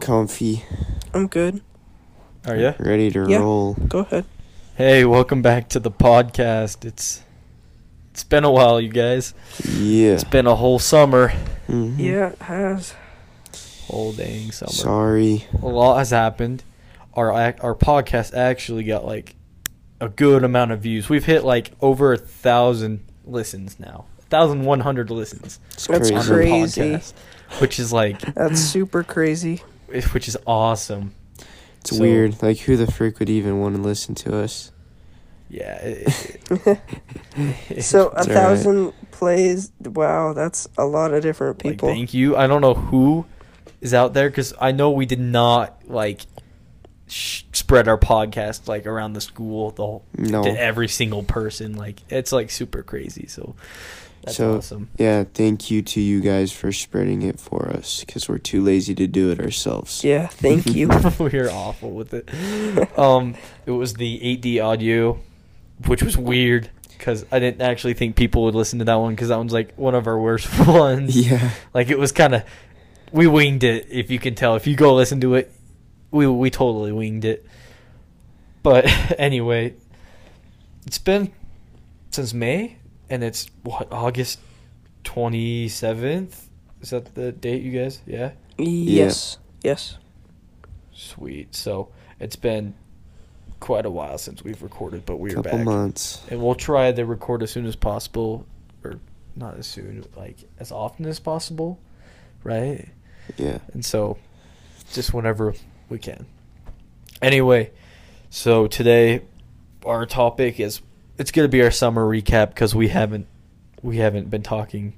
comfy, I'm good. Are you? ready to Yeah. roll. Go ahead. Mm-hmm. Hey, welcome back to the podcast. It's it's been a while, you guys. Yeah. It's been a whole summer. Mhm. Yeah, it has. Whole dang summer. Sorry. A lot has happened. Our ac- our podcast actually got like a good amount of views. We've hit like over a thousand listens now. Thousand one hundred listens It's That's crazy. on crazy. the podcast, which is like, That's super crazy. which is awesome. It's So- weird. Like, who the frick would even want to listen to us? Yeah. it- it- So a It's alright. thousand plays. Wow, that's a lot of different like, people. thank you. I don't know who is out there because I know we did not like sh- spread our podcast like around the school the whole, No. to every single person. Like it's like super crazy. So that's So- awesome. Yeah, thank you to you guys for spreading it for us because we're too lazy to do it ourselves. yeah, thank you. we are awful with it. Um, it was the 8D audio, which was weird because I didn't actually think people would listen to that one because that one's like one of our worst ones. Yeah. Like it was kind of we winged it if you can tell. If you go listen to it, we we totally winged it. But anyway, it's been since May and it's what August 27th. Is that the date you guys? Yeah. yes, yes. Sweet. So, it's been quite a while since we've recorded, but we're Couple back. months. And we'll try to record as soon as possible or not as soon, like as often as possible, right? Yeah. And so just whenever we can. Anyway, so today our topic is it's going to be our summer recap cuz we haven't we haven't been talking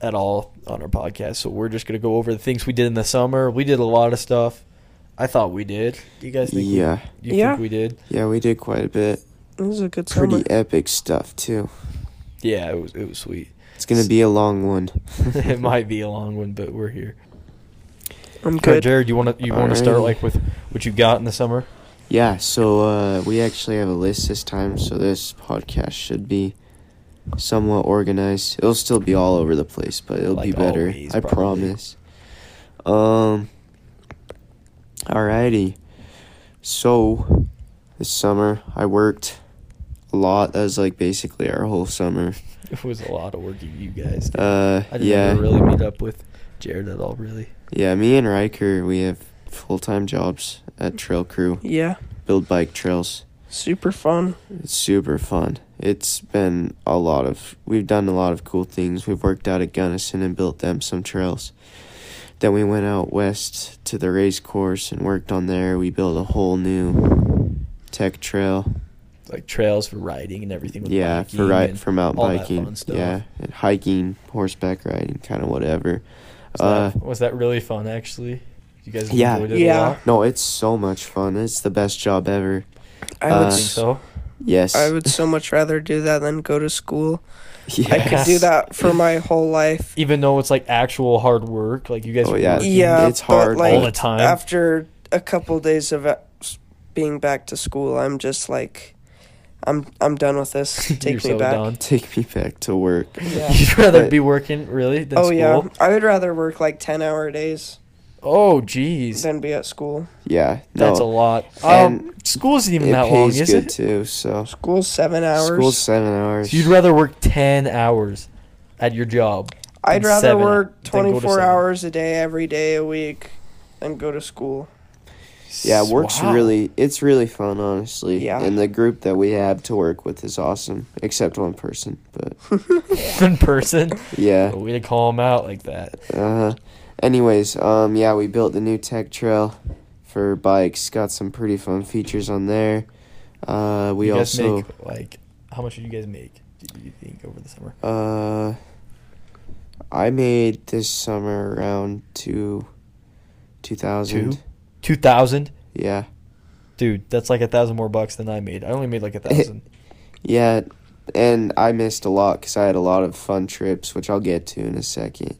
at all on our podcast. So we're just going to go over the things we did in the summer. We did a lot of stuff. I thought we did. You guys think we- Yeah. you Yeah. think we did? Yeah, we did quite a bit. This is a good Pretty summer. epic stuff, too. Yeah, it was it was sweet. It's going to be a long one. it might be a long one, but we're here. I'm Okay, good. Jared, you want to you want to start Alrighty. like with what you got in the summer? Yeah, so uh, we actually have a list this time, so this podcast should be somewhat organized. It'll still be all over the place, but it'll be Like better. always, I probably. promise. Um. Alrighty. So, this summer I worked a lot. That was like basically our whole summer. It was a lot of work you- you guys. did. Uh, I didn't yeah, ever really meet up with Jared at all, really. yeah. Me and Riker, we have full time jobs at Trail Crew, yeah, build bike trails. super fun. It's super fun. It's been a lot of we've done a lot of cool things. We've worked out at Gunnison and built them some trails. Then we went out west to the race course and worked on there. We built a whole new tech trail. Like trails for riding and everything. With yeah, biking for right and for mountain all that biking. fun stuff. Yeah, and hiking, horseback riding, kind of whatever. Was, Uh, that, was that really fun? Actually, you guys Yeah. enjoyed it a Yeah. lot. no, it's so much fun. It's the best job ever. I Uh, would. I think s- so. Yes. I would so much rather do that than go to school. I Yes. could do that for my whole life. Even though it's like actual hard work, like you guys. Oh, were yeah. working Yeah, it's but, hard. like, all the time. after a couple days of uh, s- being back to school, I'm just like, I'm I'm done with this. You're Take me so back. done. Take me back to work. Yeah. You'd rather But- be working really than oh school. yeah, I would rather work like ten hour days Oh jeez, than be at school. Yeah. No. that's a lot. And Um, school isn't even it that pays long, is good it? too. So School's seven hours. school's seven hours. So you'd rather work ten hours at your job. I'd than rather seven, work then go to twenty four seven. hours a day, every day a week, than go to school. yeah, work's Wow. really it's really fun, honestly. Yeah. And the group that we have to work with is awesome, except one person. But in person. yeah. But we didn't call him out like that. Uh, anyways, um, yeah, we built the new tech trail for bikes. Got some pretty fun features on there. Uh, we you guys also make like how much did you guys make? Do you think over the summer? uh, I made this summer around two, two thousand. Two? Two thousand, Yeah. dude. That's like a thousand more bucks than I made. I only made like a thousand. Yeah, and I missed a lot because I had a lot of fun trips, which I'll get to in a second.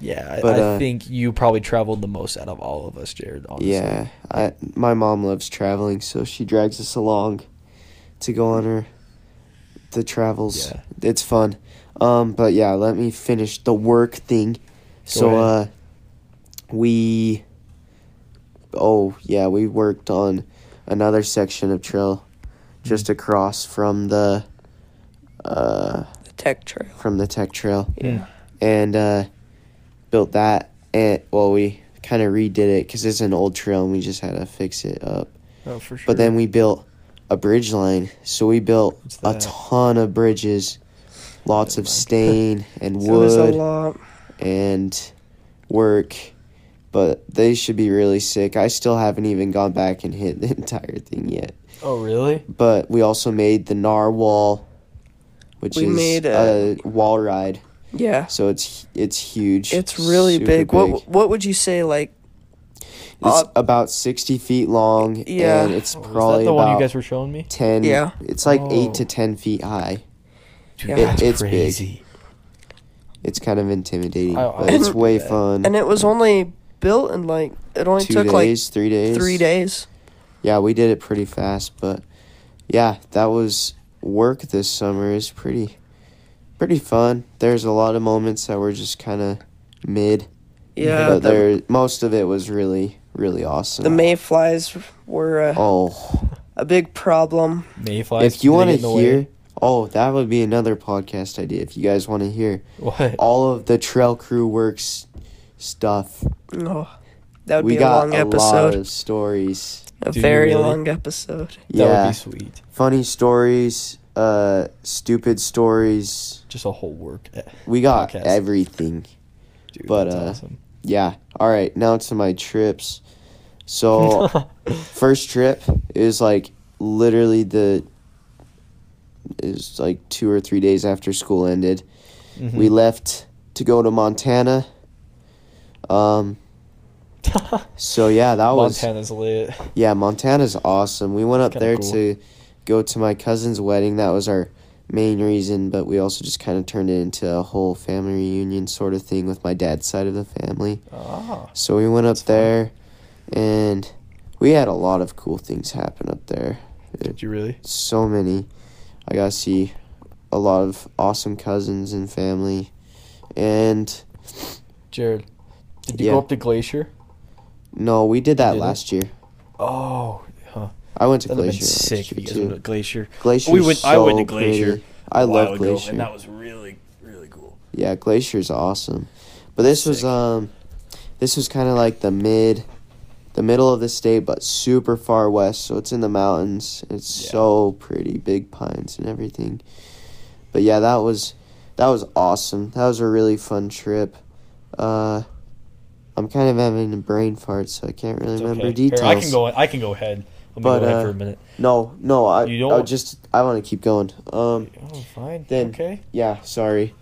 Yeah, I- But, I uh, think you probably traveled the most out of all of us, Jared. Honestly. Yeah, I my mom loves traveling, so she drags us along to go on her the travels. Yeah. It's fun. Um, but yeah, let me finish the work thing. so ahead. uh, we oh yeah, we worked on another section of trail just across from the uh the tech trail. from the tech trail Yeah. and uh built that and well we kind of redid it cuz it's an old trail and we just had to fix it up. Oh, for sure. But then we built a bridge line. So we built What's a that? ton of bridges, lots Never of mind. stain and So there's a wood lot. and work. But they should be really sick. I still haven't even gone back and hit the entire thing yet. Oh, really? But we also made the narwhal, which We is made a, a- wall ride. Yeah. So it's it's huge. It's really super big. What what would you say like It's uh, about sixty feet long. Yeah. and it's Oh, probably is that the about one you guys were showing me? ten. Yeah. it's like Oh. eight to ten feet high. Dude, Yeah. It- it's big. crazy. It's kind of intimidating, I- I but it's would way bet. fun. and it was only built in like it only Two took days, three days, like 3 days. Yeah, we did it pretty fast, but yeah, that was work this summer. is pretty, pretty fun. There's a lot of moments that were just kind of mid, Yeah. but The, there most of it was really, really awesome. the mayflies were a, oh, a big problem. Mayflies. if you do they want to get in the way? hear, oh, that would be another podcast idea. If you guys want to hear what? all of the trail crew works stuff, Oh, that would we be a got long a lot episode. of stories. A Do you very really? long episode. That yeah. would be sweet. funny stories, uh, stupid stories. Just a whole work. eh, We got Podcast. everything. Dude, But, that's uh, awesome. Yeah. All right. Now to my trips. So first trip is like literally the is like two or three days after school ended. Mhm. We left to go to Montana. Um. So yeah, that was Montana's lit. Yeah, Montana's awesome. We went up Kinda there cool. to go to my cousin's wedding. That was our main reason, but we also just kind of turned it into a whole family reunion sort of thing with my dad's side of the family. Ah, So we went up there and we had a lot of cool things happen up there. did you really? So many. I got to see a lot of awesome cousins and family. And Jared, did you Yeah. go up the glacier? no, we did that did it? last year. Oh, huh. I went to That'd have Glacier. been sick last if you year guys went to too. Glacier. Glacier. We went- I went to Glacier I a while love ago, Glacier. and that was really, really cool. Yeah, Glacier's awesome. But this was Sick. um this was kind of like the mid the middle of the state but super far west, so it's in the mountains. It's Yeah. so pretty, big pines and everything. But yeah, that was that was awesome. That was a really fun trip. Uh I'm kind of having a brain fart, so I can't really It's remember okay. Here, details. I can go. I can go ahead. Let me But, go ahead uh, for a minute. No, no, I, You don't I want- just I want to keep going. Um Oh, fine. then- okay. Yeah, sorry.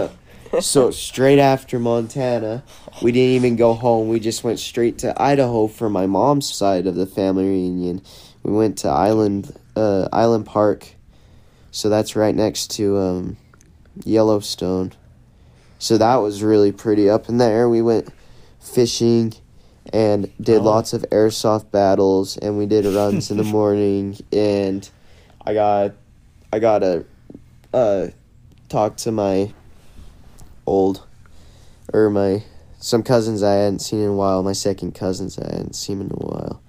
so straight after Montana, we didn't even go home. We just went straight to Idaho for my mom's side of the family reunion. We went to Island uh, Island Park, so that's right next to um, Yellowstone. So that was really pretty up in there. We went fishing and did Oh. lots of airsoft battles, and we did runs in the morning. And I got I got a uh, talk to my old or my some cousins I hadn't seen in a while, my second cousins I hadn't seen in a while.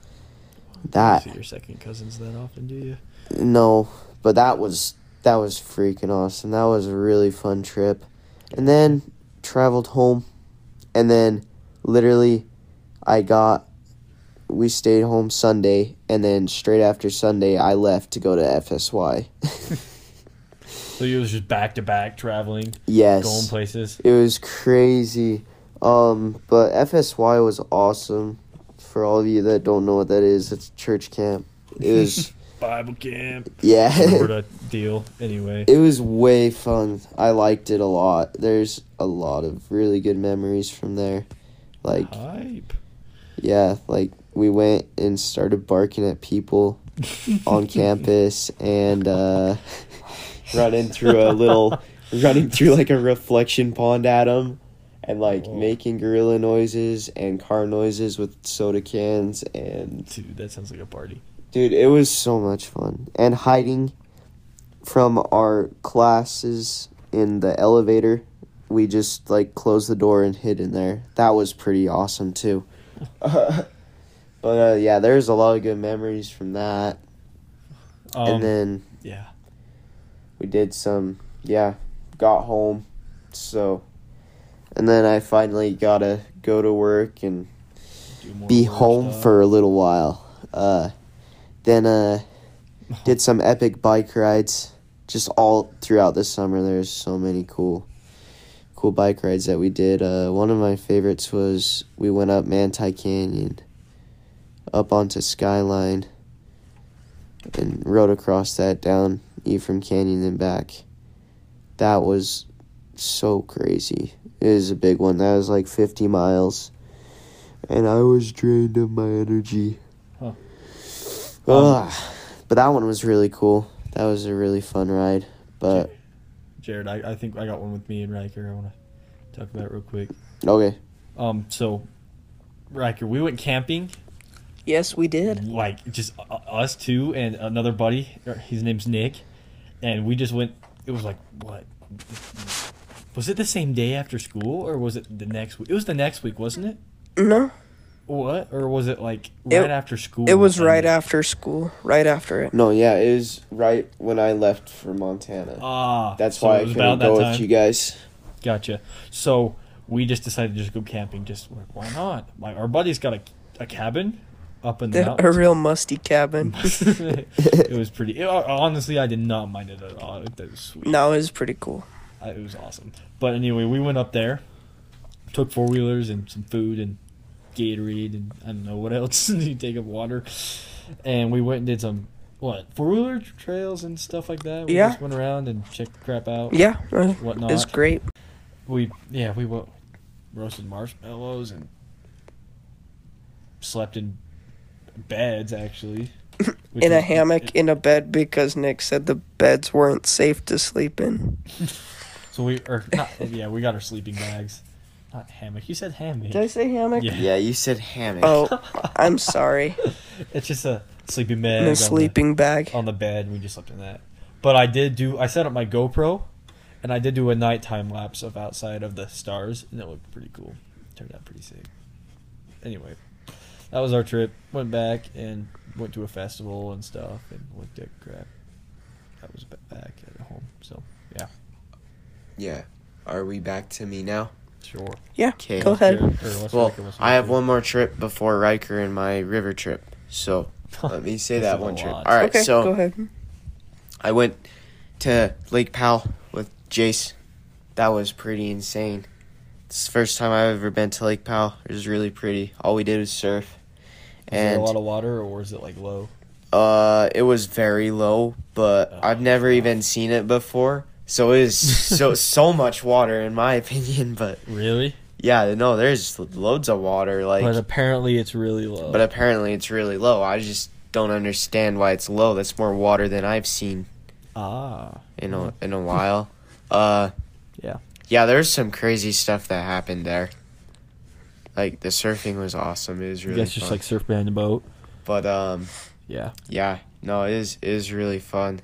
That You see your second cousins that often, do you? no, but that was that was freaking awesome. That was a really fun trip. And then traveled home and then literally I got we stayed home Sunday and then straight after Sunday I left to go to FSY. So you was just back to back traveling, yes. going places. It was crazy. Um, but FSY was awesome. For all of you that don't know what that is, it's church camp. It was Bible camp. yeah. sort of deal. Anyway. It was way fun. I liked it a lot. There's a lot of really good memories from there. Like Hype. yeah, like we went and started barking at people on campus and uh running through a little running through like a reflection pond at 'em and like Whoa. making gorilla noises and car noises with soda cans and Dude, that sounds like a party. dude it was so much fun and hiding from our classes in the elevator we just like closed the door and hid in there that was pretty awesome too But uh, yeah, there's a lot of good memories from that. Um, and then yeah, we did some, yeah, got home. So, and then I finally got to go to work and do more be weird home stuff. for a little while. Uh, then uh, did some epic bike rides just all throughout the summer. There's so many cool, cool bike rides that we did. Uh, one of my favorites was we went up Manti Canyon, up onto Skyline, and rode across that down Ephraim Canyon and back. That was so crazy. It was a big one. That was like 50 miles and I was drained of my energy. Huh. Ugh. but that one was really cool. That was a really fun ride. But Jared, I, I think I got one with me and Riker. I want to talk about real quick. okay, Um, so Riker, we went camping, Yes, we did. like just u- us two and another buddy. or His name's Nick, and we just went. It was like what? Was it the same day after school, or was it the next week? It was the next week, wasn't it? No, What? Or was it like right after school? it was right after. after school. Right after it. no, yeah, it was right when I left for Montana. Ah, That's so why it I was couldn't about that go time. with you guys. Gotcha. So we just decided to just go camping. Just like, why not? Like our buddy's got a, a cabin up in the The, a mountains. real musty cabin. it was pretty. it- honestly, I did not mind it at all. It was sweet. no, it was pretty cool. I- it was awesome. But anyway, we went up there, took four wheelers and some food and Gatorade and I don't know what else. you take up water, and we went and did some what four wheeler trails and stuff like that. We Yeah. just went around and checked the crap out. Yeah, uh, it Whatnot. was great. We yeah we wo- roasted marshmallows and slept in beds actually. which in a was- hammock in a bed because Nick said the beds weren't safe to sleep in. So we or not, yeah we got our sleeping bags, not hammock. You said hammock. Did I say hammock? Yeah. Yeah, you said hammock. Oh, I'm sorry. It's just a sleeping bag. No on the- sleeping bag. Oh, on the bed. We just slept in that. But I did do. I set up my GoPro, and I did do a nighttime lapse of outside of the stars, and it looked pretty cool. Turned out pretty sick. Anyway, that was our trip. Went back and went to a festival and stuff, and looked at crap. That was ba- back at home. So yeah, Yeah, are we back to me now? sure. Yeah, Okay. go ahead. Jared, or let's Well, make it listen I have to- one more trip before Riker and my river trip. So let me say This that is a one trip. All lot. right, okay, so Hmm, go ahead. I went to Lake Powell with Jace. That was pretty insane. It's the first time I've ever been to Lake Powell. It was really pretty. All we did was surf. Is there a lot And of water, or is it like low? uh it was very low, but Oh, I've never wow. even seen it before. So it is so so much water in my opinion, but Really? yeah, no, there's loads of water like but apparently, it's really low. but apparently it's really low. I just don't understand why it's low. That's more water than I've seen ah, in a in a while. Uh, Yeah. yeah. There's some crazy stuff that happened there. Like the surfing was awesome. It was really I guess just fun. like surf behind the boat. but um, Yeah. yeah, no, it is it is really fun.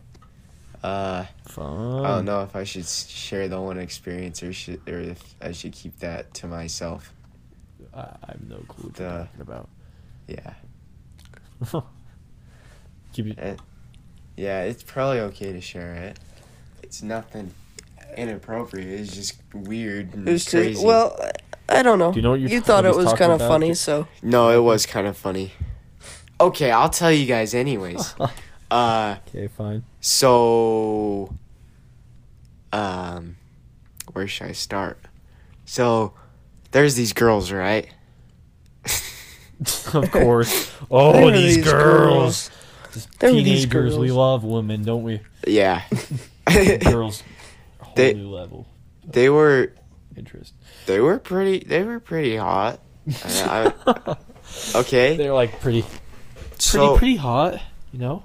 Uh, Fun. I don't know if I should s- share the one experience or should or if I should keep that to myself. I, I have no clue what Duh. you're talking about. Yeah, Keep it. it, yeah, it's probably okay to share it. It's nothing inappropriate. It's just weird and It was crazy. just, well, I don't know. Do you know what you you're thought it talking- was talking kind of about? funny, Just- so No, it was kind of funny. Okay, I'll tell you guys anyways. uh okay, fine. so um where should I start? So there's these girls, right? of course. Oh, There are these, girls. Just There are teenagers. these We girls. love women, don't we? Yeah. girls. a Whole They- new level they were of interest. they were pretty they were pretty hot. I- I- okay. They're like pretty, pretty, so pretty hot. You know,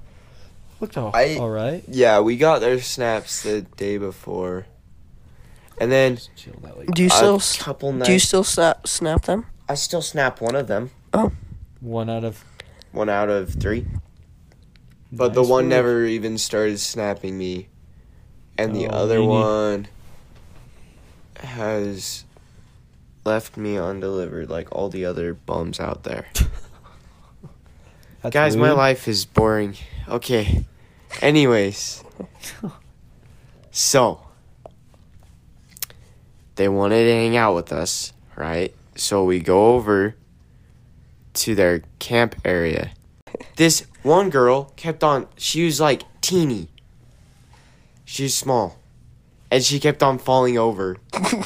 looked all, I- all right. yeah, we got their snaps the day before. And then Just chill that like Do you still a s- couple do you nights still snap, snap them? I still snap one of them, one out of. one out of 3. But the Nice one work. never even started snapping me. And the Oh, other meanie. one has left me undelivered like all the other bums out there. That's Guys, my rude. life is boring. Okay. Anyways. so. They wanted to hang out with us, right? So we go over to their camp area. This one girl kept on, she was like teeny. She's small. And she kept on falling over.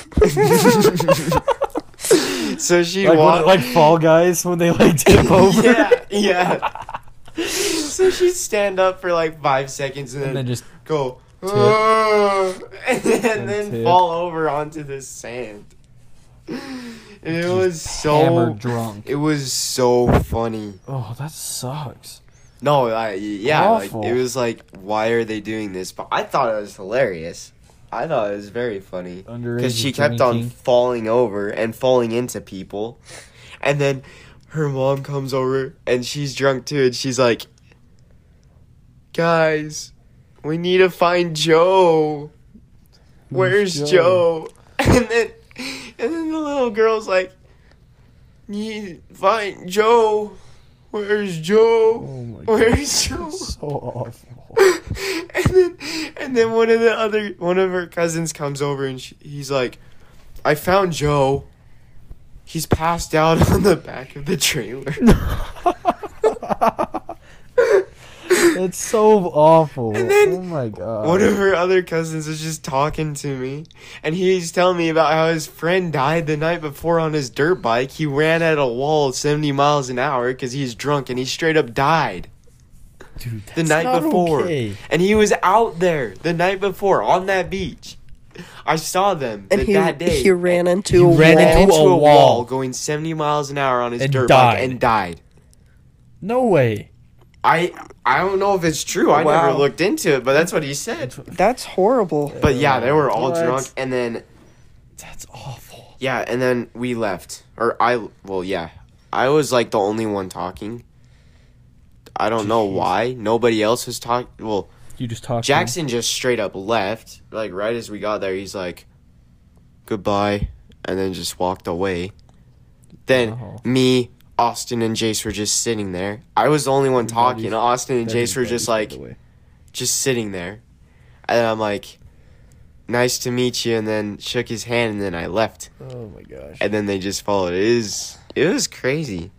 so she Like, walked. what, like Fall Guys when they like tip over. Yeah, yeah. so she'd stand up for like five seconds and, And then then just go, "Ugh," and then, And tip. fall over onto the sand. And it Just was so. hammered drunk. It was so funny. Oh, that sucks. No, I, yeah, like, Awful. it was like, why are they doing this? But I thought it was hilarious. I thought it was very funny Underage because she kept on drinking. falling over and falling into people, and then her mom comes over and she's drunk too, and she's like, "Guys, we need to find Joe. Where's Joe?" Joe?" And then, and then the little girl's like, "Need to find Joe. Where's Joe?" Oh my god. Where's Joe? So awful. and then and then one of the other one of her cousins comes over and she, he's like, "I found Joe. He's passed out on the back of the trailer." It's so awful. And then oh my god. One of her other cousins was just talking to me, and he's telling me about how his friend died the night before on his dirt bike. He ran at a wall 70 miles an hour because he's drunk, and he straight up died. Dude, the that's night not before. okay. And he was out there the night before on that beach. I saw them And th- he, that day. he ran into a ran wall. into, a, wall. wall. going 70 miles an hour on his And dirt bike died. and died. No way. I I don't know if it's true. I never Wow. looked into it, but that's what he said. That's horrible. But yeah, they were all What? drunk and then That's awful. yeah, and then we left. Or I well, yeah. I was like the only one talking. I don't know Jeez. why. Nobody else was talking. Well, You just talked. to him. Jackson just straight up left. Like right as we got there, he's like, "Goodbye," and then just walked away. Then Wow. me, Austin, and Jace were just sitting there. I was the only one talking. buddies- Austin and That Jace is were bad, just by like the way. just sitting there, and I'm like, "Nice to meet you," and then shook his hand, and then I left. Oh my gosh. And then they just followed. It is it was crazy,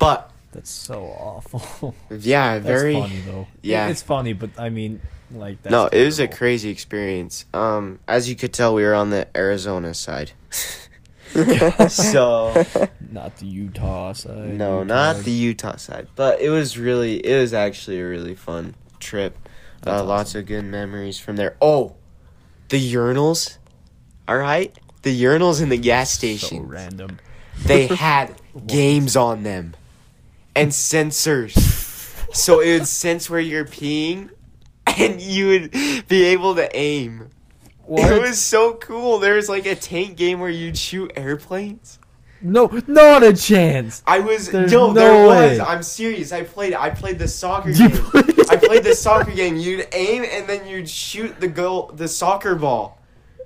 but That's so awful. yeah, That's very funny though. yeah. It's funny, but I mean, like that's no, it was a terrible. crazy experience. Um, as you could tell, we were on the Arizona side. so not the Utah side. no, Utah. not the Utah side, but it was really, it was actually a really fun trip. Uh, That's Lots of good memories from there. Oh, the urinals. All right, the urinals in the gas So station. random. they had games on them and sensors. So it would sense where you're peeing, and you would be able to aim. It What? was so cool. There was like a tank game where you'd shoot airplanes. no, not a chance. I was There's no, no there was. way. I'm serious. I played. I played the soccer You game. played- I played the soccer game. You'd aim and then you'd shoot the goal, the soccer ball.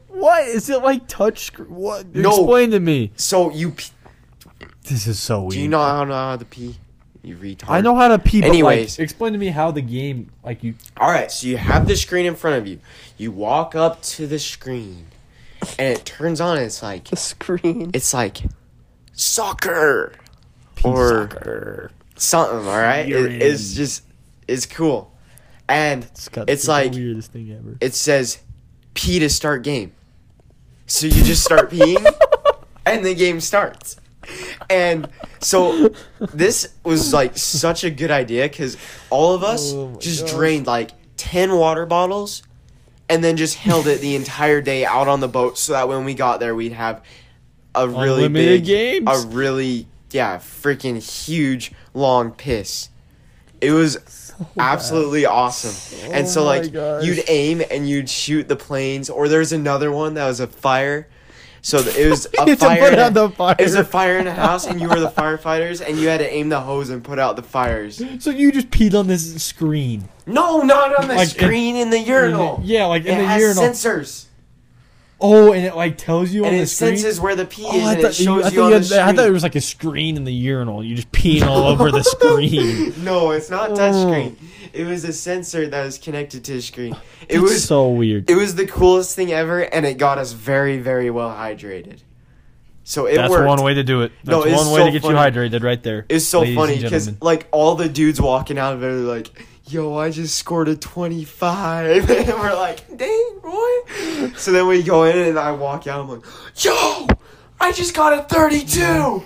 What is it like? Touch? sc- What? No. Explain to me. So you p- This is so weird. do you know how know how to pee? You retard. I know how to pee. But Anyways. like, explain to me how the game, like you. All right. So you have the screen in front of you. You walk up to the screen, and it turns on. and It's like The screen. it's like soccer. Pee Or- soccer. something. All right, You're It- it's in. just it's cool, and It's, got It's to be like- the weirdest thing ever. it says P to start game. So you just start peeing, and the game starts. And so this was like such a good idea because all of us Oh my just gosh. drained like ten water bottles, and then just held it the entire day out on the boat so that when we got there we'd have a really big Unlimited games? a really yeah freaking huge long piss. It was absolutely awesome. and Oh so my like gosh. you'd aim and you'd shoot the planes, or there's another one that was a fire. So th- it was You a had to fire. put in a- out the fire. It was a fire in a house, and you were the firefighters, and you had to aim the hose and put out the fires. So you just peed on this screen. No, not on the Like in- screen in the urinal. Yeah, like in it the has urinal. sensors. Oh, and it like tells you and on the it screen. senses where the pee is, Oh, I and thought, it shows I you, thought on you had- the screen. I thought it was like a screen in the urinal. You just peeing all over the screen. no, it's not Oh. touchscreen. It was a sensor that was connected to a screen. It That's was so weird. it was the coolest thing ever, and it got us very, very well hydrated. So it That's worked. one way to do it. No, That's it's one way so to get you funny. hydrated right there. It's so ladies and funny because gentlemen. like all the dudes walking out of it are like, "Yo, I just scored a 25," and we're like, "Dang, boy!" So then we go in and I walk out. I'm like, "Yo, I just got a 32."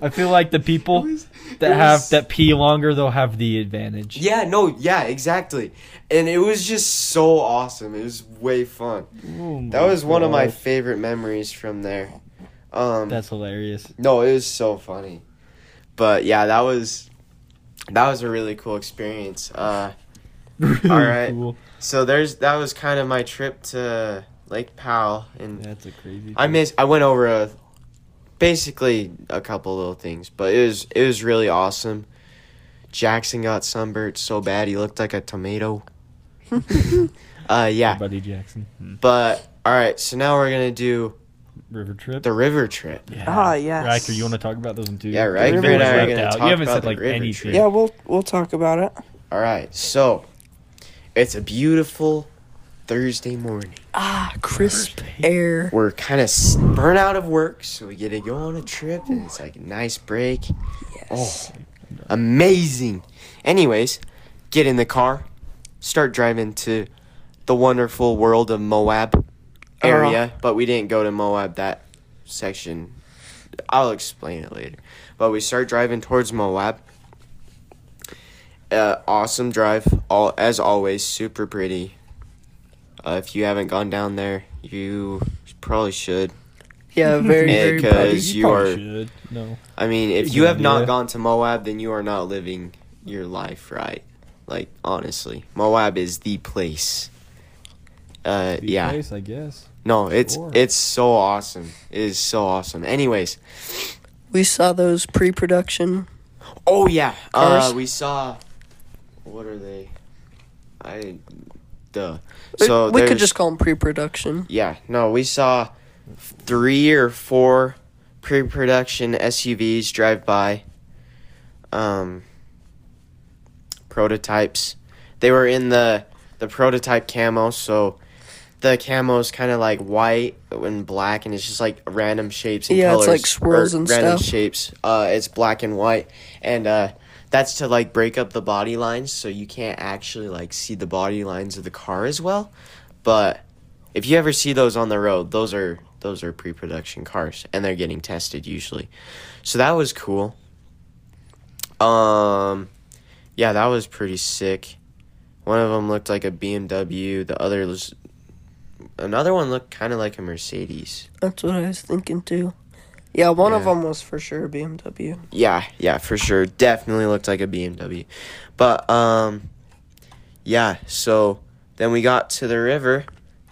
I feel like the people It was- that it have was- that pee longer, they'll have the advantage. Yeah, no, yeah, exactly. And it was just so awesome. It was way fun. Oh That was one of my favorite memories from there. Um, That's hilarious. No, it was so funny. But yeah, that was that was a really cool experience. Uh, Really right. cool. so there's that was kind of my trip to Lake Powell, and That's a crazy. I miss I went over a basically a couple little things, but it was it was really awesome. Jackson got sunburned so bad he looked like a tomato. uh yeah, Buddy Jackson Hmm. but all right, so now we're gonna do river trip. the river trip. yeah. Ah, yes. Riker, you want to talk about those one too? Yeah, The Riker river and was I are left gonna out. talk You haven't about said the like river anything. trip. Yeah, we'll we'll talk about it. All right, so it's a beautiful Thursday morning. Ah, crisp air. We're kind of burnt out of work, so we get to go on a trip, and it's like a nice break. Oh. Yes. Amazing. Anyways, get in the car, start driving to the wonderful world of Moab area, but we didn't go to Moab that section. I'll explain it later. But we start driving towards Moab. Uh, awesome drive, all as always, super pretty. Uh, if you haven't gone down there, you probably should. Yeah, very Yeah, very 'cause pretty. you probably are- should. No. I mean, if Good you have idea. not gone to Moab, then you are not living your life right. Like honestly, Moab is the place. Uh, yeah. Place, I guess. No, it's Sure. it's so awesome. It is so awesome. Anyways, We saw those pre-production. oh yeah, uh, Cars. we saw. What are they? I, duh. We- So we could there's- just call them pre-production. Yeah, no, we saw three or four pre-production SUVs drive by. Um, prototypes. They were in the the prototype camo, so the camo is kind of like white and black, and it's just like random shapes and Yeah, it's colors. like swirls or and random stuff. shapes. Uh, it's black and white, and uh, that's to like break up the body lines, so you can't actually like see the body lines of the car as well. But if you ever see those on the road, those are those are pre-production cars, and they're getting tested usually. So that was cool. Um, yeah, that was pretty sick. One of them looked like a BMW. The other was another one looked kind of like a Mercedes. That's what I was thinking too. Yeah, one of Yeah. them was for sure BMW. Yeah, yeah, for sure. Definitely looked like a BMW. But um yeah, so then we got to the river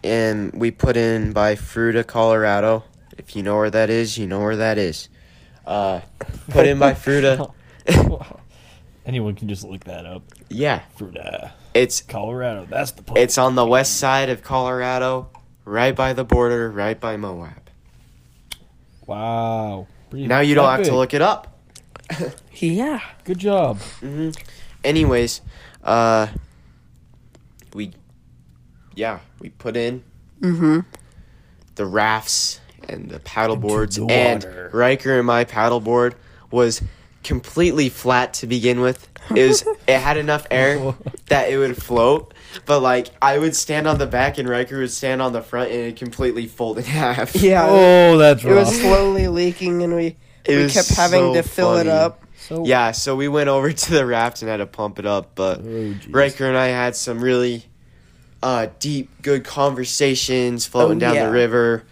and we put in by Fruta, Colorado. If you know where that is, you know where that is. Uh put in by Fruta. Anyone can just look that up. Yeah, Fruta, it's Colorado. That's the place. it's on the west side of Colorado, right by the border, right by Moab. wow. Pretty Now you don't have to epic. look it up. Yeah. Good job. hmm Anyways, uh, we, yeah, we put in Mm-hmm. the rafts and the paddle Into boards, the and water. Riker and my paddle board was completely flat to begin with. It was it had enough Oh, air that it would float, but like I would stand on the back and Riker would stand on the front, and it completely fold in half. Yeah. Oh, that's It was rough. slowly leaking, and we It we was kept so having to fill funny. it up. So, Yeah, so we went over to the raft and had to pump it up, but Oh, jeez. Riker and I had some really uh, deep, good conversations floating Oh, down yeah. the river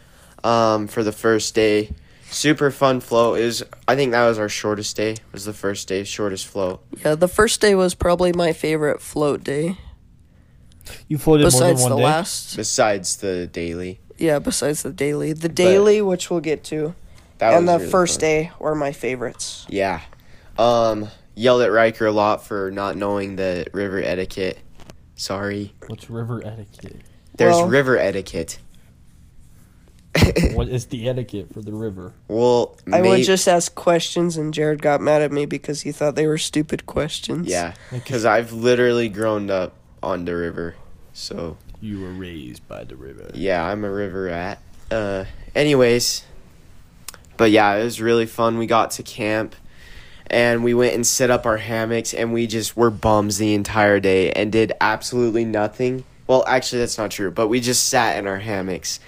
um, for the first day. Super fun float is. I think that was our shortest day. Was the first day shortest float? Yeah, the first day was probably my favorite float day. You floated Besides more the than one day. last, Besides the daily, yeah, besides the daily, the daily, which we'll get to, that and was the really first fun. day were my favorites. Yeah, um, yelled at Riker a lot for not knowing the river etiquette. Sorry, What's river etiquette? there's Well- river etiquette. what is the etiquette for the river? Well, I may- would just ask questions, and Jared got mad at me because he thought they were stupid questions. yeah, because I've literally grown up on the river, so You were raised by the river. yeah, I'm a river rat. Uh, anyways, but yeah, it was really fun. We got to camp and we went and set up our hammocks and we just were bums the entire day and did absolutely nothing. Well, actually, that's not true, but we just sat in our hammocks.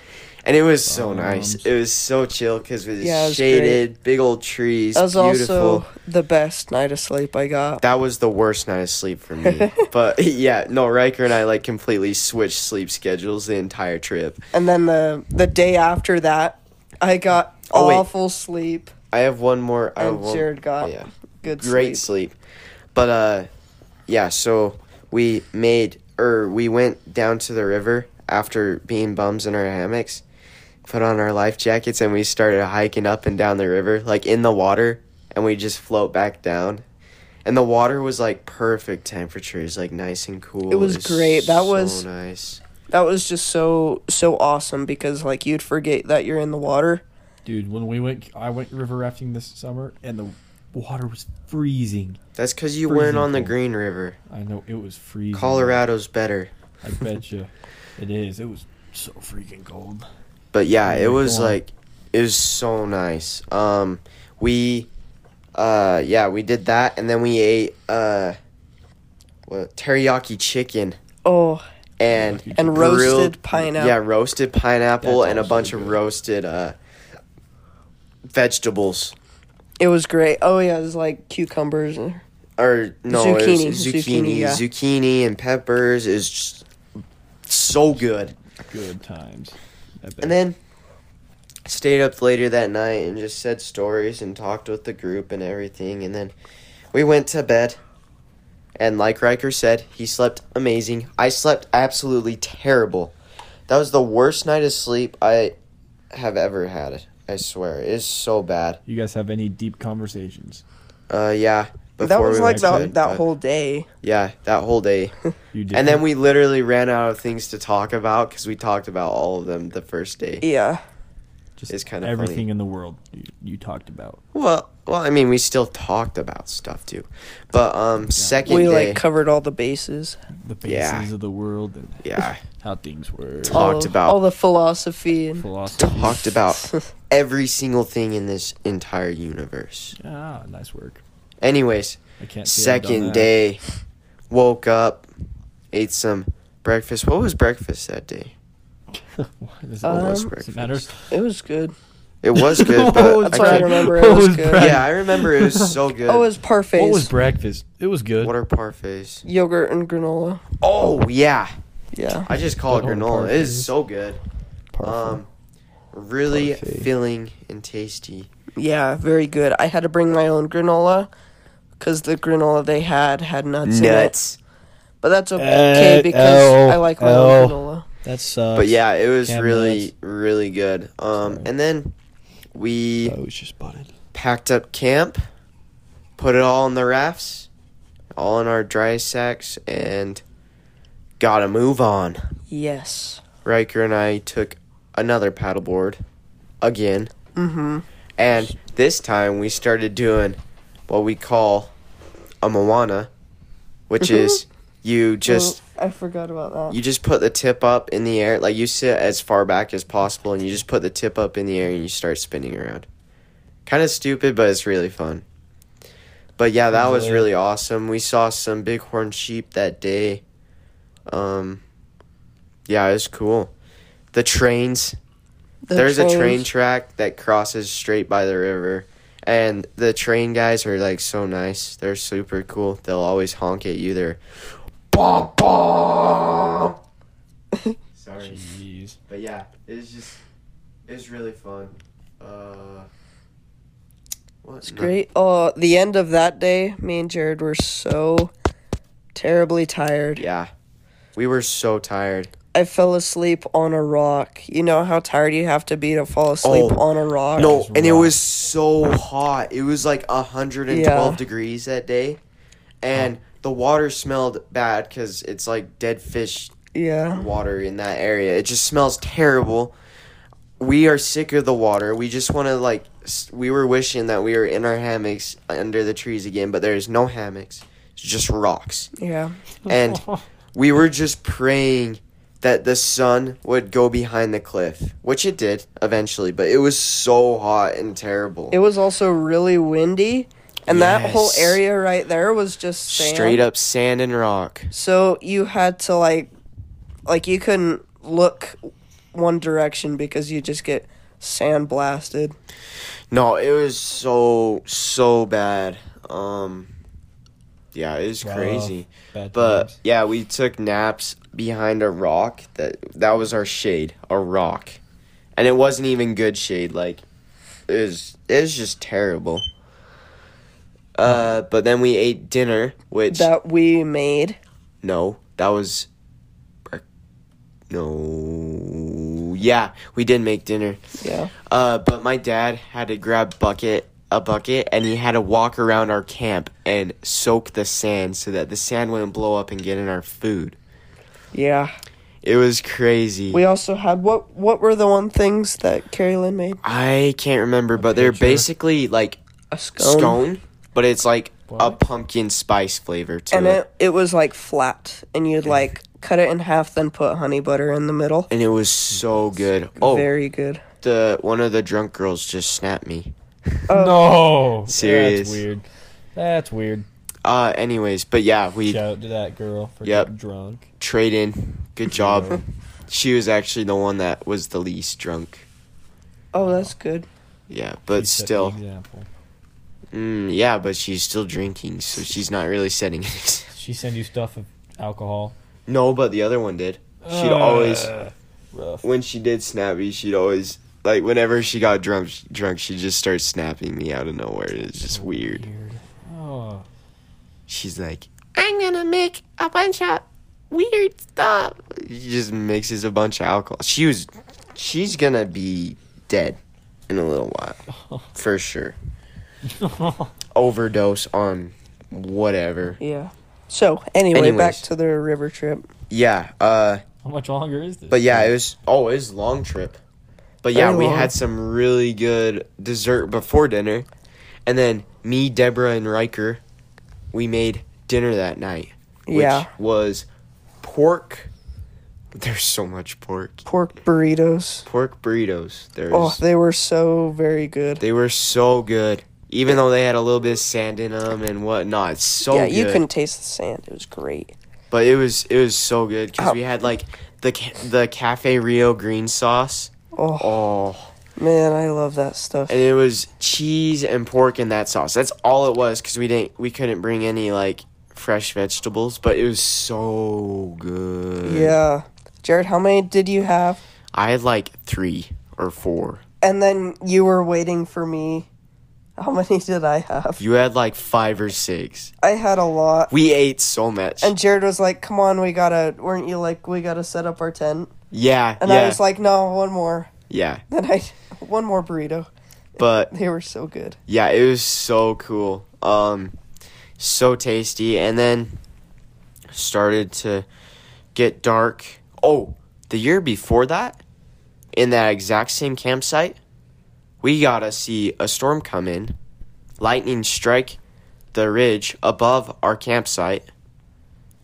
And it was so nice. Bums. It was so chill because it was Yeah, it was great. shaded, big old trees, That was beautiful. also the best night of sleep I got. That was the worst night of sleep for me. but yeah, no, Riker and I like completely switched sleep schedules the entire trip. And then the the day after that, I got Oh, wait. awful sleep, I have one more. I have and one, Jared got yeah, good great sleep. sleep. But uh, yeah. So we made or we went down to the river after being bums in our hammocks, put on our life jackets, and we started hiking up and down the river, like in the water, and we just float back down. And the water was like perfect temperature. It's like nice and cool. It was great. That so was- nice. That was just so so awesome because like you'd forget that you're in the water. Dude, when we went, I went river rafting this summer, and the water was freezing. That's because you freezing weren't on the cold. Green River. I know it was freezing. Colorado's better. I bet you, it is. It was so freaking cold. But yeah, Yeah, it go was on. like it was so nice. Um we uh yeah, we did that and then we ate uh what teriyaki chicken Oh, and and grilled- roasted pineapple. Yeah, roasted pineapple That's and a also bunch of good. roasted uh vegetables It was great. Oh yeah, it was like cucumbers. and- or no, zucchini, Zucchini, zucchini, zucchini, zucchini, yeah. and peppers is just so good. Good times. I bet. And then stayed up later that night and just said stories and talked with the group and everything. And then we went to bed. And like Riker said, he slept amazing. I slept absolutely terrible. That was the worst night of sleep I have ever had. I swear, it is so bad. you guys have any deep conversations? Uh, yeah. That was we like went to that bed, that but- whole day. yeah that whole day, You did. and then we literally ran out of things to talk about because we talked about all of them the first day. Yeah. just it's kinda everything funny. in the world you, you talked about. Well, well, I mean, we still talked about stuff too, but um, second we day, like covered all the bases. The bases Yeah. of the world and yeah, how things were. Talked all, about- all the philosophy and Philosophy. talked about every single thing in this entire universe. Ah, nice work. Anyways, I can't. say I've done second that. day, woke up, ate some breakfast. What was breakfast that day? What is it? What Um, was Does it Does breakfast? it matter? it was good. It was good, but What was I what I can't- remember. It what was good. breakfast? yeah, I remember it was so good. Oh, it was parfaits, What was breakfast? It was good. What are parfaits? yogurt and granola. Oh yeah, Yeah. I just call it What are granola. It is parfaits? so good. Um, really filling and tasty. Yeah, very good. I had to bring my own granola because the granola they had had nuts, in it. But that's okay Uh, Eh, because oh, I like my oh. own granola. That sucks. but yeah, it was Cam really, nuts. really good. Um, Uh, Sorry. and then we I was just butted. packed up camp, put it all in the rafts, all in our dry sacks, and gotta move on. Yes. Riker and I took another paddleboard again, Mm-hmm. and this time we started doing what we call a moana, which is you just I forgot about that. you just put the tip up in the air like you sit as far back as possible and you just put the tip up in the air and you start spinning around kind of stupid but it's really fun but yeah that was Yeah. really awesome we saw some bighorn sheep that day um yeah it was cool the trains The there's a train trains- track that crosses straight by the river and the train guys are like so nice they're super cool they'll always honk at you they're "Bonk, bonk." sorry Jeez. but yeah it was just it was really fun uh what? It's great. Oh, the end of that day, me and Jared were so terribly tired. yeah we were so tired I fell asleep on a rock. You know how tired you have to be to fall asleep Oh, on a rock? no was and it rough. was so hot it was like 112 Yeah. degrees that day and the water smelled bad because it's like dead fish Yeah. Uh. water in that area. It just smells terrible. we are sick of the water. We just want to like s- we were wishing that we were in our hammocks under the trees again, but there's no hammocks. It's just rocks. Yeah. And we were just praying that the sun would go behind the cliff, which it did eventually, but it was so hot and terrible. It was also really windy, and that whole Yes. area right there was just sand. Straight up sand and rock. So you had to like, like you couldn't look one direction because you just get sand blasted. No, it was so so bad. Um yeah, it was Wow. crazy. Bad But times. yeah, we took naps behind a rock. That that was our shade, a rock. And it wasn't even good shade, like it was it was just terrible. Uh but then we ate dinner, which that we made. no, that was break- no. Yeah, we did make dinner. Yeah. Uh, but my dad had to grab bucket a bucket and he had to walk around our camp and soak the sand so that the sand wouldn't blow up and get in our food. Yeah. It was crazy. We also had what what were the one things that Carrie Lynn made? I can't remember, but they're picture. basically like A scone. scone, but it's like a What? pumpkin spice flavor to And it. it it was like flat and you'd like cut it in half then put honey butter in the middle. And it was so good. Oh, Very good. the one of the drunk girls just snapped me. Oh. no, Serious. That's weird. That's weird. Uh, anyways, but yeah, we Shout out to that girl for Yep. getting drunk. trade in. Good job. she was actually the one that was the least drunk. Oh, that's good. Yeah, You but set the still. example. Mm, yeah, but she's still drinking, so she's not really setting an example. She send you stuff of alcohol. No, but the other one did. She'd always, Uh, rough. when she did snappy, she'd always like whenever she got drunk, drunk, she just starts snapping me out of nowhere. It's just weird. Oh, She's like, "I'm gonna make a bunch of weird stuff." She just mixes a bunch of alcohol. She was, she's gonna be dead in a little while, for sure. Overdose on whatever. Yeah. So anyway, back Anyways. to the river trip. Yeah. Uh. how much longer is this? But yeah, it was oh, it was a long trip. But yeah, Very we long. had some really good dessert before dinner, and then me, Deborah, and Riker, we made dinner that night, which Yeah. was pork. There's so much pork. Pork burritos. Pork burritos. There's Oh, they were so very good. they were so good, even though they had a little bit of sand in them and whatnot. It's so yeah, good. you can taste the sand. It was great. But it was it was so good because Ow. we had like the ca- the cafe Rio green sauce. Oh, Oh. man, I love that stuff. and it was cheese and pork in that sauce. That's all it was because we didn't we couldn't bring any like fresh vegetables, but it was so good. Yeah. Jared, how many did you have? I had like three or four. And then you were waiting for me. How many did I have? You had like five or six. I had a lot. We ate so much. And Jared was like, "Come on, we gotta." Weren't you like, "We gotta set up our tent"? yeah, And yeah, I was like, "No, one more." yeah. Then I, one more burrito. But They were so good. yeah, it was so cool. Um, so tasty, and then started to get dark. Oh, the year before that, in that exact same campsite, we gotta see a storm come in, lightning strike the ridge above our campsite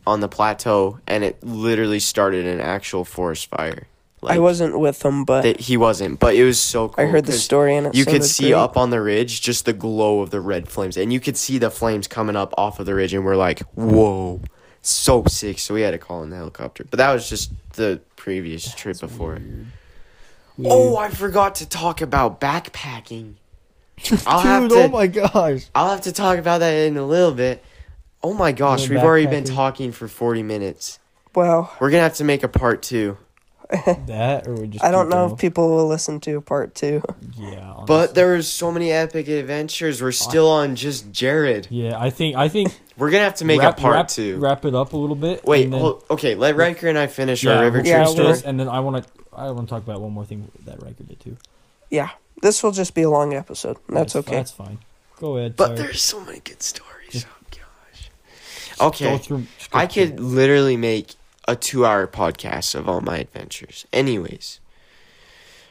on the plateau, and it literally started an actual forest fire. Like, I wasn't with them, but that he wasn't, but it was so cool. I heard the 'cause story and it you could sounded see great. up on the ridge just the glow of the red flames, and you could see the flames coming up off of the ridge, and we're like, "Whoa, so sick!" So we had to call in the helicopter, but that was just the previous trip before. it. Oh, I forgot to talk about backpacking. I'll have dude, to. oh my gosh. I'll have to talk about that in a little bit. Oh my gosh, Going we've already been backpacking. talking for forty minutes. wow, We're gonna have to make a part two. That or we just. I don't keep know if going? people will listen to part two. Yeah. honestly. But there was so many epic adventures. We're still on just Jared. yeah, I think I think We're gonna have to make wrap, a part wrap, two. Wrap it up a little bit. Wait, and then- hold, okay. Let Riker and I finish yeah, our river yeah, trip story. we'll- and then I want to I want to talk about one more thing that Riker did too. yeah, this will just be a long episode. That's okay. That's fine. Go ahead. But sorry. there's so many good stories. Oh gosh. Okay, Go through- just go I through could it. literally make a two-hour podcast of all my adventures. Anyways,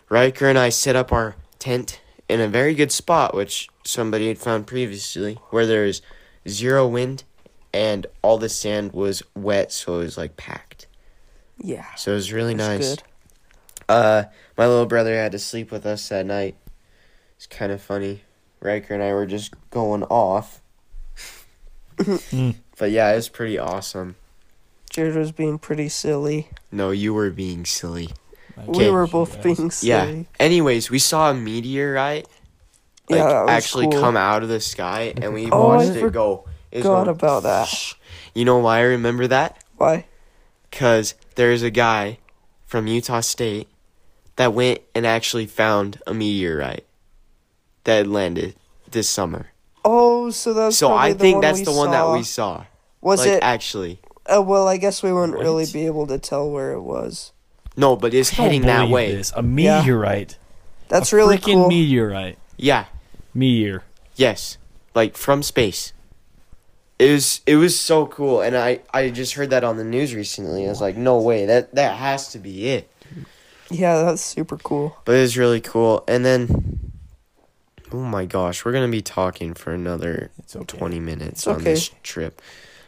Riker and I set up our tent in a very good spot, which somebody had found previously, where there is zero wind and all the sand was wet, so it was like packed. Yeah. So it was really That's nice. good. Uh, my little brother had to sleep with us that night. It's kind of funny. Riker and I were just going off. but yeah, it was pretty awesome. Jared was being pretty silly. No, you were being silly. We Okay. were both being Yeah. silly. Anyways, we saw a meteorite like Yeah, that was actually cool. come out of the sky, and we Oh, I watched it go. It was forgot going about that. You know why I remember that? Why? Cause there's a guy from Utah State that went and actually found a meteorite that had landed this summer. Oh, so that's So I probably think one that's we the one that saw. we saw. was like it. actually? uh, well, I guess we wouldn't really What? be able to tell where it was. No, but it's heading that way. A meteorite. That's a really freaking cool. meteorite. Yeah. Meteor. Yes. Like from space. It was it was so cool and I I just heard that on the news recently. I was like, "No way. That that has to be it." Yeah, that's super cool. But it was really cool. And then Oh my gosh, we're going to be talking for another It's okay. 20 minutes It's on this trip.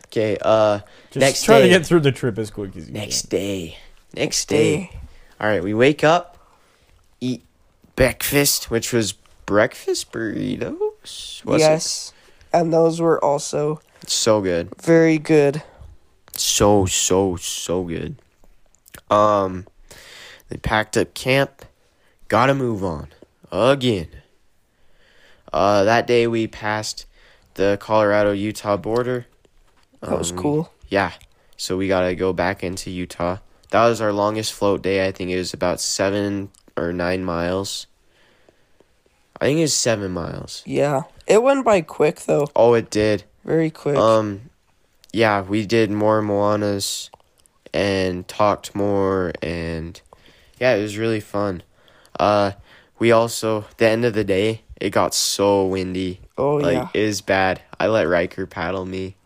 Okay, uh Just next try day. to get through the trip as quick as you next can. day. Next day. All right, we wake up, eat breakfast, which was breakfast burritos. Was yes, and those were also It? So good. very good. So, so, so good. Um, they packed up camp. Gotta move on. Again. Uh, that day we passed the Colorado Utah border. That was Um, we- cool. Yeah. So we got to go back into Utah. That was our longest float day. I think it was about seven or nine miles. I think it was seven miles. Yeah, it went by quick though, Oh, it did. very quick. Um, yeah, we did more Moanas and talked more, and yeah, it was really fun. Uh, we also the end of the day, it got so windy. oh like yeah, it was bad. I let Riker paddle me,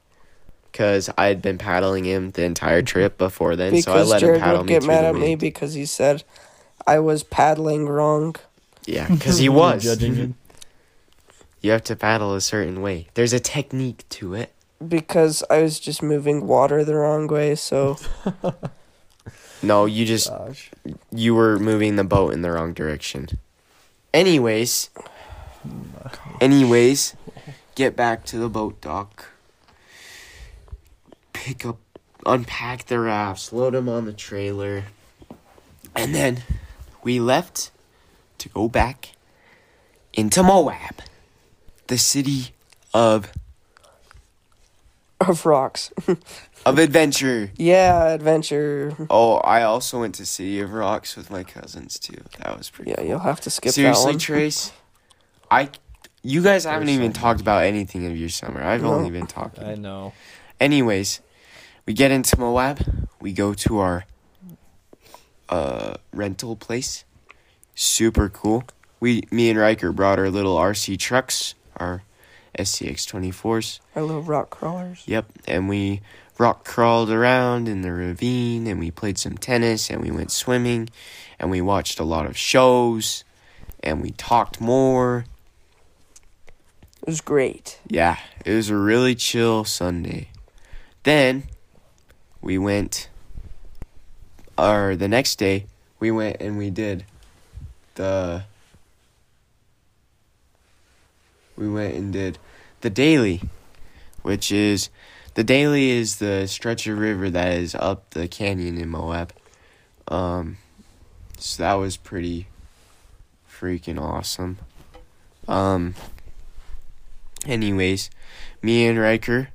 cause I had been paddling him the entire trip before then, so I because let Jared him paddle would me. get through mad the at me wind. because he said I was paddling wrong. Yeah, cause he was. Judging it. You have to paddle a certain way. There's a technique to it. because I was just moving water the wrong way. So No, you just Uh, Gosh. you were moving the boat in the wrong direction. Anyways, anyways, get back to the boat dock. Pick up, unpack the rafts, load them on the trailer, and then we left to go back into Moab, the city of of rocks, of adventure. yeah, adventure. Oh, I also went to City of Rocks with my cousins too. That was pretty. Yeah, cool. you'll have to skip that Seriously, one. Trace, I, you guys haven't even talked about anything of your summer. I've only been talking. I know. Anyways, we get into Moab. We go to our uh rental place. Super cool. We, me and Riker brought our little RC trucks, our SCX twenty fours. Our little rock crawlers. Yep, and we rock crawled around in the ravine, and we played some tennis, and we went swimming, and we watched a lot of shows, and we talked more. It was great. Yeah, it was a really chill Sunday. Then we went, or the next day, we went and we did the. We went and did the daily, which is the daily is the stretch of river that is up the canyon in Moab. Um, so that was pretty freaking awesome. Um, Anyways, me and Riker,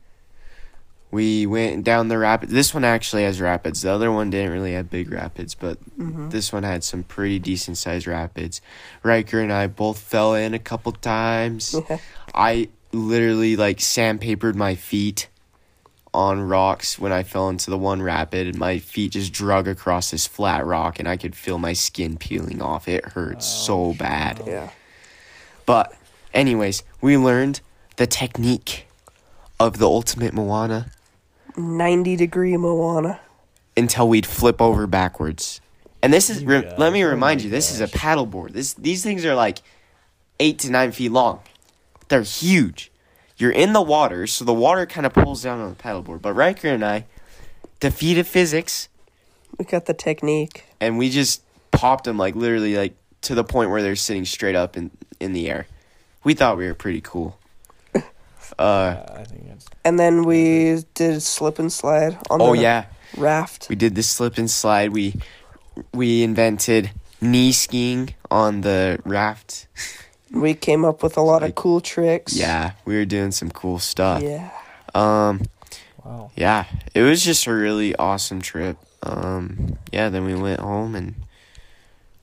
we went down the rapids. This one actually has rapids. The other one didn't really have big rapids, but this one had some pretty decent sized rapids. Riker and I both fell in a couple times. I literally like sandpapered my feet on rocks when I fell into the one rapid. and My feet just drug across this flat rock, and I could feel my skin peeling off. It hurt so bad. Yeah, But, anyways, we learned the technique of the ultimate Moana ninety degree Moana. until we'd flip over backwards. And this is You re- guys, let me oh remind my you, this is a gosh. paddleboard. This these things are like eight to nine feet long. They're huge. You're in the water, so the water kind of pulls down on the paddleboard. But Riker and I defeated physics, We got the technique. and we just popped them like literally like to the point where they're sitting straight up in in the air. We thought we were pretty cool. Uh, I think that's And then we did slip and slide on oh the yeah, raft. we did the slip and slide. We we invented knee skiing on the raft. We came up with a lot of Like- cool tricks. Yeah, we were doing some cool stuff. Yeah. Um, wow. yeah, it was just a really awesome trip. Um, yeah, then we went home and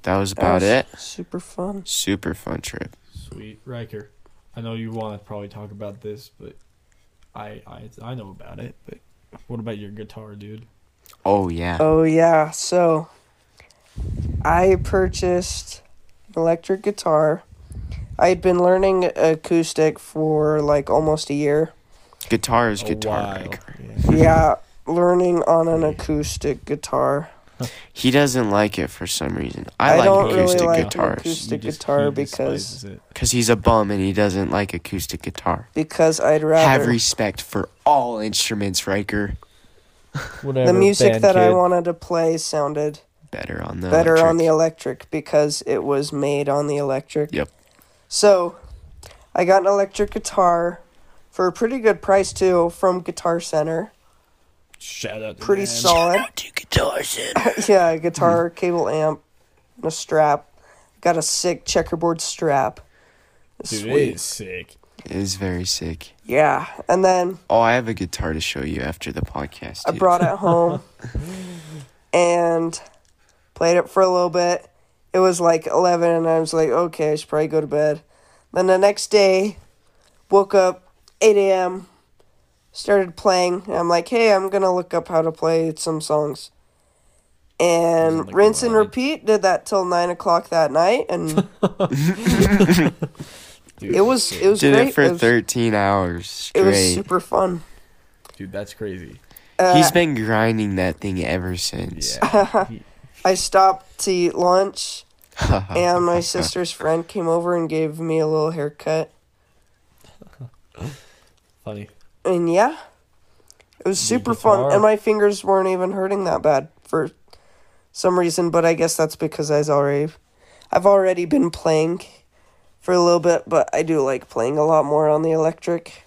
that was That about was it. Super fun. Super fun trip. Sweet Riker, I know you want to probably talk about this, but I I I know about it. But what about your guitar, dude? Oh yeah. Oh yeah. So I purchased an electric guitar. I had been learning acoustic for like almost a year. Guitar is A guitar. while. Riker. Yeah. Yeah, learning on an acoustic guitar. He doesn't like it for some reason. I, I like don't really acoustic like guitars acoustic- You just- guitar he because- despises it. because he's a bum and he doesn't like acoustic guitar. because I'd Have rather respect for all instruments, Riker. Whatever. the music band that I kid. wanted to play sounded Better on the better on the electric. electric because it was made on the electric. Yep. So, I got an electric guitar for a pretty good price too from Guitar Center. Shout out. To Pretty them. solid. Two guitars in. yeah, a guitar, Mm-hmm. cable amp, and a strap. Got a sick checkerboard strap. Dude, it Sweet. is sick. It is very sick. Yeah, and then Oh, I have a guitar to show you after the podcast. I dude. brought it home and played it for a little bit. It was like 11, and I was like, okay, I should probably go to bed. Then the next day, woke up 8 a.m., started playing. And I'm like, hey, I'm going to look up how to play some songs. And Doesn't look rinse and right. repeat, did that till 9 o'clock that night. And Dude, it was, it was did great. it for it, was, 13 hours it straight. was super fun. dude, that's crazy. Uh, He's been grinding that thing ever since. Yeah. He- I stopped to eat lunch. Oh, and my sister's friend came over and gave me a little haircut. Funny. And yeah, it was The super fun. guitar. And my fingers weren't even hurting that bad for some reason, but I guess that's because I was already, I've already been playing for a little bit, but I do like playing a lot more on the electric.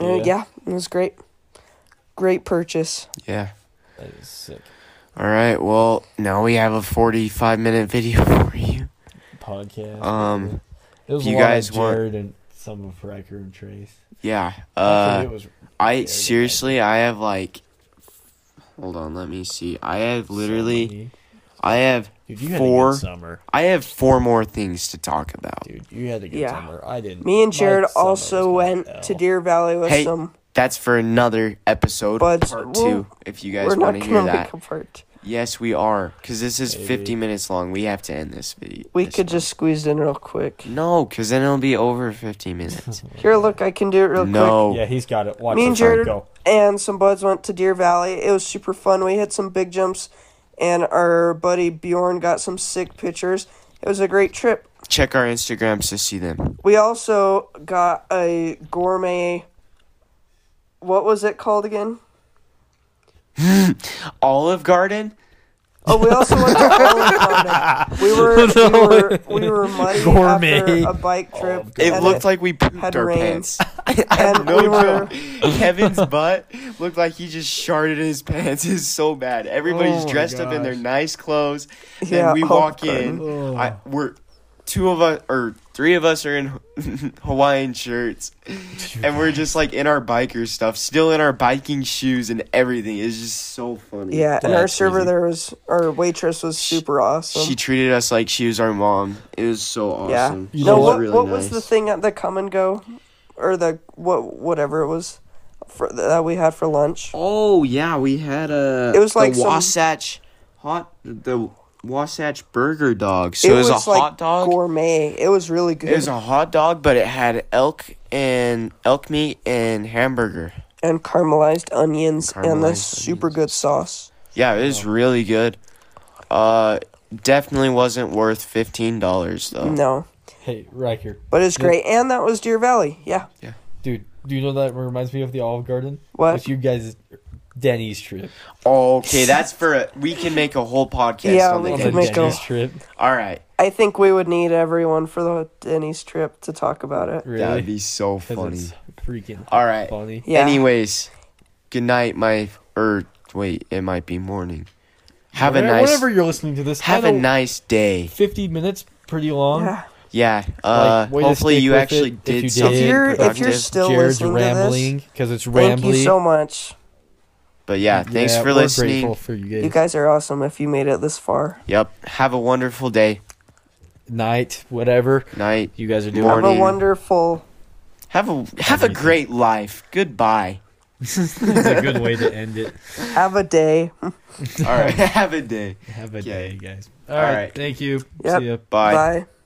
Yeah, Yeah. yeah it was great. Great purchase. yeah. That is sick. All right. Well, now we have a 45 minute video for you. Podcast. Um, it was you a lot guys of want- Jared and some of Riker and Trace. Yeah. Actually, Uh, it was I Jared and seriously, I have like. Hold on, let me see. I have literally, Sonny. I have, Dude, you had a four- good summer. I have four more things to talk about. Dude, you had a good Yeah. summer. I didn't. Me and My Jared summer was also kinda went hell. to Deer Valley with Hey, some. That's for another episode, Buds, part well, two. If you guys We're want not to hear gonna that, make a part. Yes, we are, because this is Maybe. 50 minutes long. We have to end this video. We this could one. just squeeze it in real quick. No, because then it'll be over 50 minutes. Here, look, I can do it real quick. no. Yeah, he's got it. Watch Me and this one Jared go. and some buds went to Deer Valley. It was super fun. We hit some big jumps, and our buddy Bjorn got some sick pictures. It was a great trip. Check our Instagrams to see them. We also got a gourmet. What was it called again? Olive Garden? Oh, we also went to Olive Garden. We were we were, we were muddy Gourmet. after a bike trip. It and looked like we had pooped our rain. pants. I have And no we were- joke. Kevin's butt looked like he just sharded his pants. It's so bad. Everybody's Oh my dressed up in their gosh. nice clothes. Then Yeah, oh, we Olive walk Garden. in. I, we're two of us or three of us are in Hawaiian shirts, and we're just like in our biker stuff, still in our biking shoes and everything. It's just so funny. Yeah, and our That's server easy. there was our waitress was super awesome. She treated us like she was our mom. It was so awesome. Yeah. She no, was what, really what was nice. the thing at the come and go, or the what whatever it was, for, that we had for lunch? Oh yeah, we had a. It was like the some- Wasatch hot the Wasatch burger dog. So it was, a hot dog. gourmet. It was really good It was a hot dog, but it had elk and elk meat and hamburger. and caramelized onions and the Caramelized super good sauce. Yeah, it was really good. Uh, definitely wasn't worth fifteen dollars though. No, Hey, Riker, but it's Yeah. great. And that was Deer Valley. Yeah. dude, do you know that reminds me of the Olive Garden? What? With you guys, Denny's trip. Oh, okay, that's for a, we can make a whole podcast. Yeah, on we the could Denny's. make a- Denny's trip. All right, I think we would need everyone for the Denny's trip to talk about it. that'd Really? be so 'Cause funny. it's freaking All right. funny. Yeah. Anyways, good night, my or wait, it might be morning. Have a Whatever- nice Whatever you're listening to this. have I a know nice day. 50 minutes, pretty long. Yeah. Yeah. Uh, way to hopefully stick you with actually it if did you something did. If you're- if you're productive. still Jared's listening to this? rambling because it's Thank rambling. you so much. but yeah, thanks Yeah, for we're listening. Grateful for you guys. You guys are awesome if you made it this far. Yep. Have a wonderful day, Night, whatever night. you guys are doing. Morning. Have a wonderful. Have a have a great life. Goodbye. It's a good way to end it. Have a day. All right. have a day. Have a Okay. day, guys. All All right. right. Thank you. Yep. See ya. Bye. Bye.